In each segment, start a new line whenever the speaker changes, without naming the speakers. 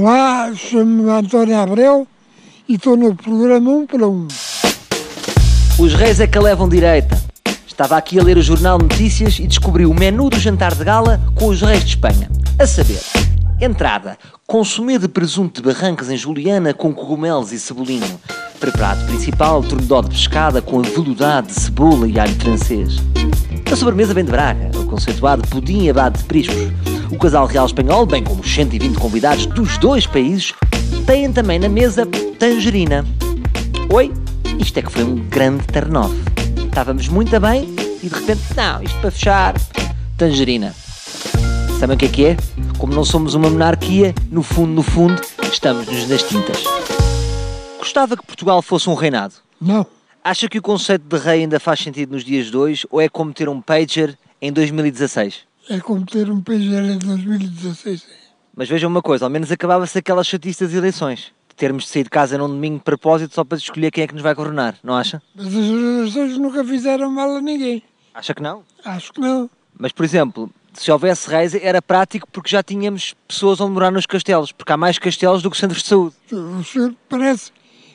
Olá, chamo-me António Abreu e estou no programa 1 para 1.
Os reis é que a levam direita. Estava aqui a ler o jornal de notícias e descobri o menu do jantar de gala com os reis de Espanha. A saber, entrada, consumê de presunto de barrancas em juliana com cogumelos e cebolinho. Preparado principal, tornedó de pescada com aveludado de cebola e alho francês. A sobremesa vem de Braga, o conceituado pudim abado de priscos. O casal real espanhol, bem como os 120 convidados dos dois países, têm também na mesa tangerina. Oi, isto é que foi um grande turn-off. Estávamos muito bem e de repente, não, isto para fechar, tangerina. Sabem o que é que é? Como não somos uma monarquia, no fundo, no fundo, estamos-nos nas tintas. Gostava que Portugal fosse um reinado.
Não,
Acha que o conceito de rei ainda faz sentido nos dias de hoje ou é como ter um pager em 2016?
é como ter um PGR em 2016.
Mas vejam uma coisa, ao menos acabava-se aquela chatice das eleições. De termos de sair de casa num domingo de propósito só para escolher quem é que nos vai coronar, não acha?
Mas as relações nunca fizeram mal a ninguém.
Acha que não?
Acho que não.
Mas, por exemplo, se houvesse reis era prático porque já tínhamos pessoas onde morar nos castelos, porque há mais castelos do que centros de saúde.
O senhor parece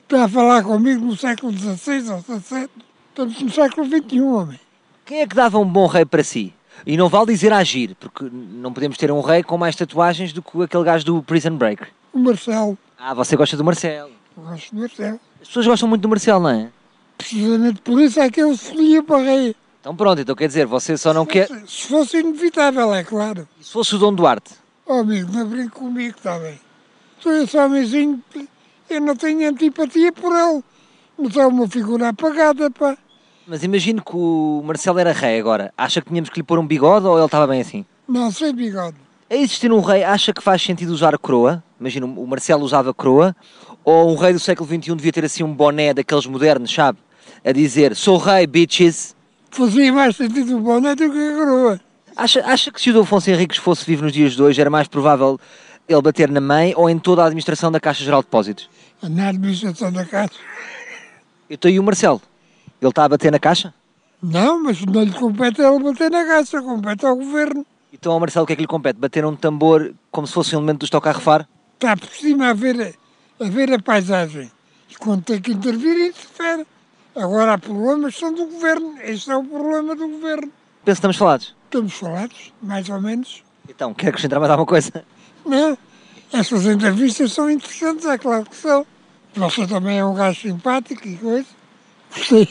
que está a falar comigo no século XVI ou XVII. Estamos no século XXI, homem.
Quem é que dava um bom rei para si? E não vale dizer agir, porque não podemos ter um rei com mais tatuagens do que aquele gajo do Prison Break.
O Marcelo,
Ah, você gosta do Marcelo.
eu gosto do Marcelo.
As pessoas gostam muito do Marcelo, não é?
Precisamente por isso é que eu escolhia para rei.
Então pronto, então quer dizer, você só não quer...
Se fosse inevitável, é claro.
E se fosse o Dom Duarte?
Oh, amigo, não brinque comigo, está bem. Sou esse homenzinho, eu não tenho antipatia por ele. Mas é uma figura apagada, pá.
Mas imagino que o Marcelo era rei agora. Acha que tínhamos que lhe pôr um bigode ou ele estava bem assim?
Não sei, bigode.
A existir um rei, acha que faz sentido usar coroa? Imagina, o Marcelo usava coroa. Ou um rei do século XXI devia ter assim um boné daqueles modernos, sabe? A dizer, sou rei, bitches.
Fazia mais sentido o boné do que a coroa.
Acha, acha que se o D. Afonso Henriques fosse vivo nos dias de hoje, era mais provável ele bater na mãe ou em toda a administração da Caixa Geral de Depósitos?
Na administração da casa.
Então e o Marcelo? Ele está a bater na Caixa?
Não, mas não lhe compete a ele bater na caixa, compete ao governo.
Então ao Marcelo o que é que lhe compete? Bater um tambor como se fosse um elemento do estoque a refar?
Está Tá por cima a ver a, a ver a paisagem. E quando tem que intervir, interfere. Agora há problemas que são do governo. Este é o problema do governo.
Penso que estamos falados.
Estamos falados, mais ou menos.
Então, quer acrescentar mais alguma coisa?
né? Essas entrevistas são interessantes, é claro que são. Você também é um gajo simpático e coisa. Gostei.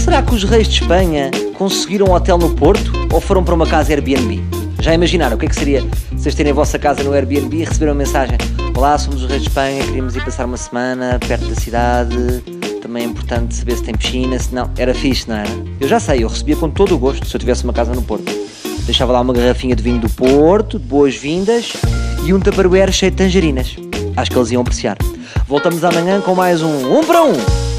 Será que os reis de Espanha conseguiram um hotel no Porto ou foram para uma casa Airbnb? Já imaginaram o que é que seria vocês terem a vossa casa no Airbnb e receberam uma mensagem? Olá, somos os reis de Espanha, queríamos ir passar uma semana perto da cidade. Também é importante saber se tem piscina, se não. Era fixe, não era? Eu já sei, eu recebia com todo o gosto se eu tivesse uma casa no Porto. Deixava lá uma garrafinha de vinho do Porto, de boas-vindas e um taparoeiro cheio de tangerinas. Acho que eles iam apreciar. Voltamos amanhã com mais um Um para Um!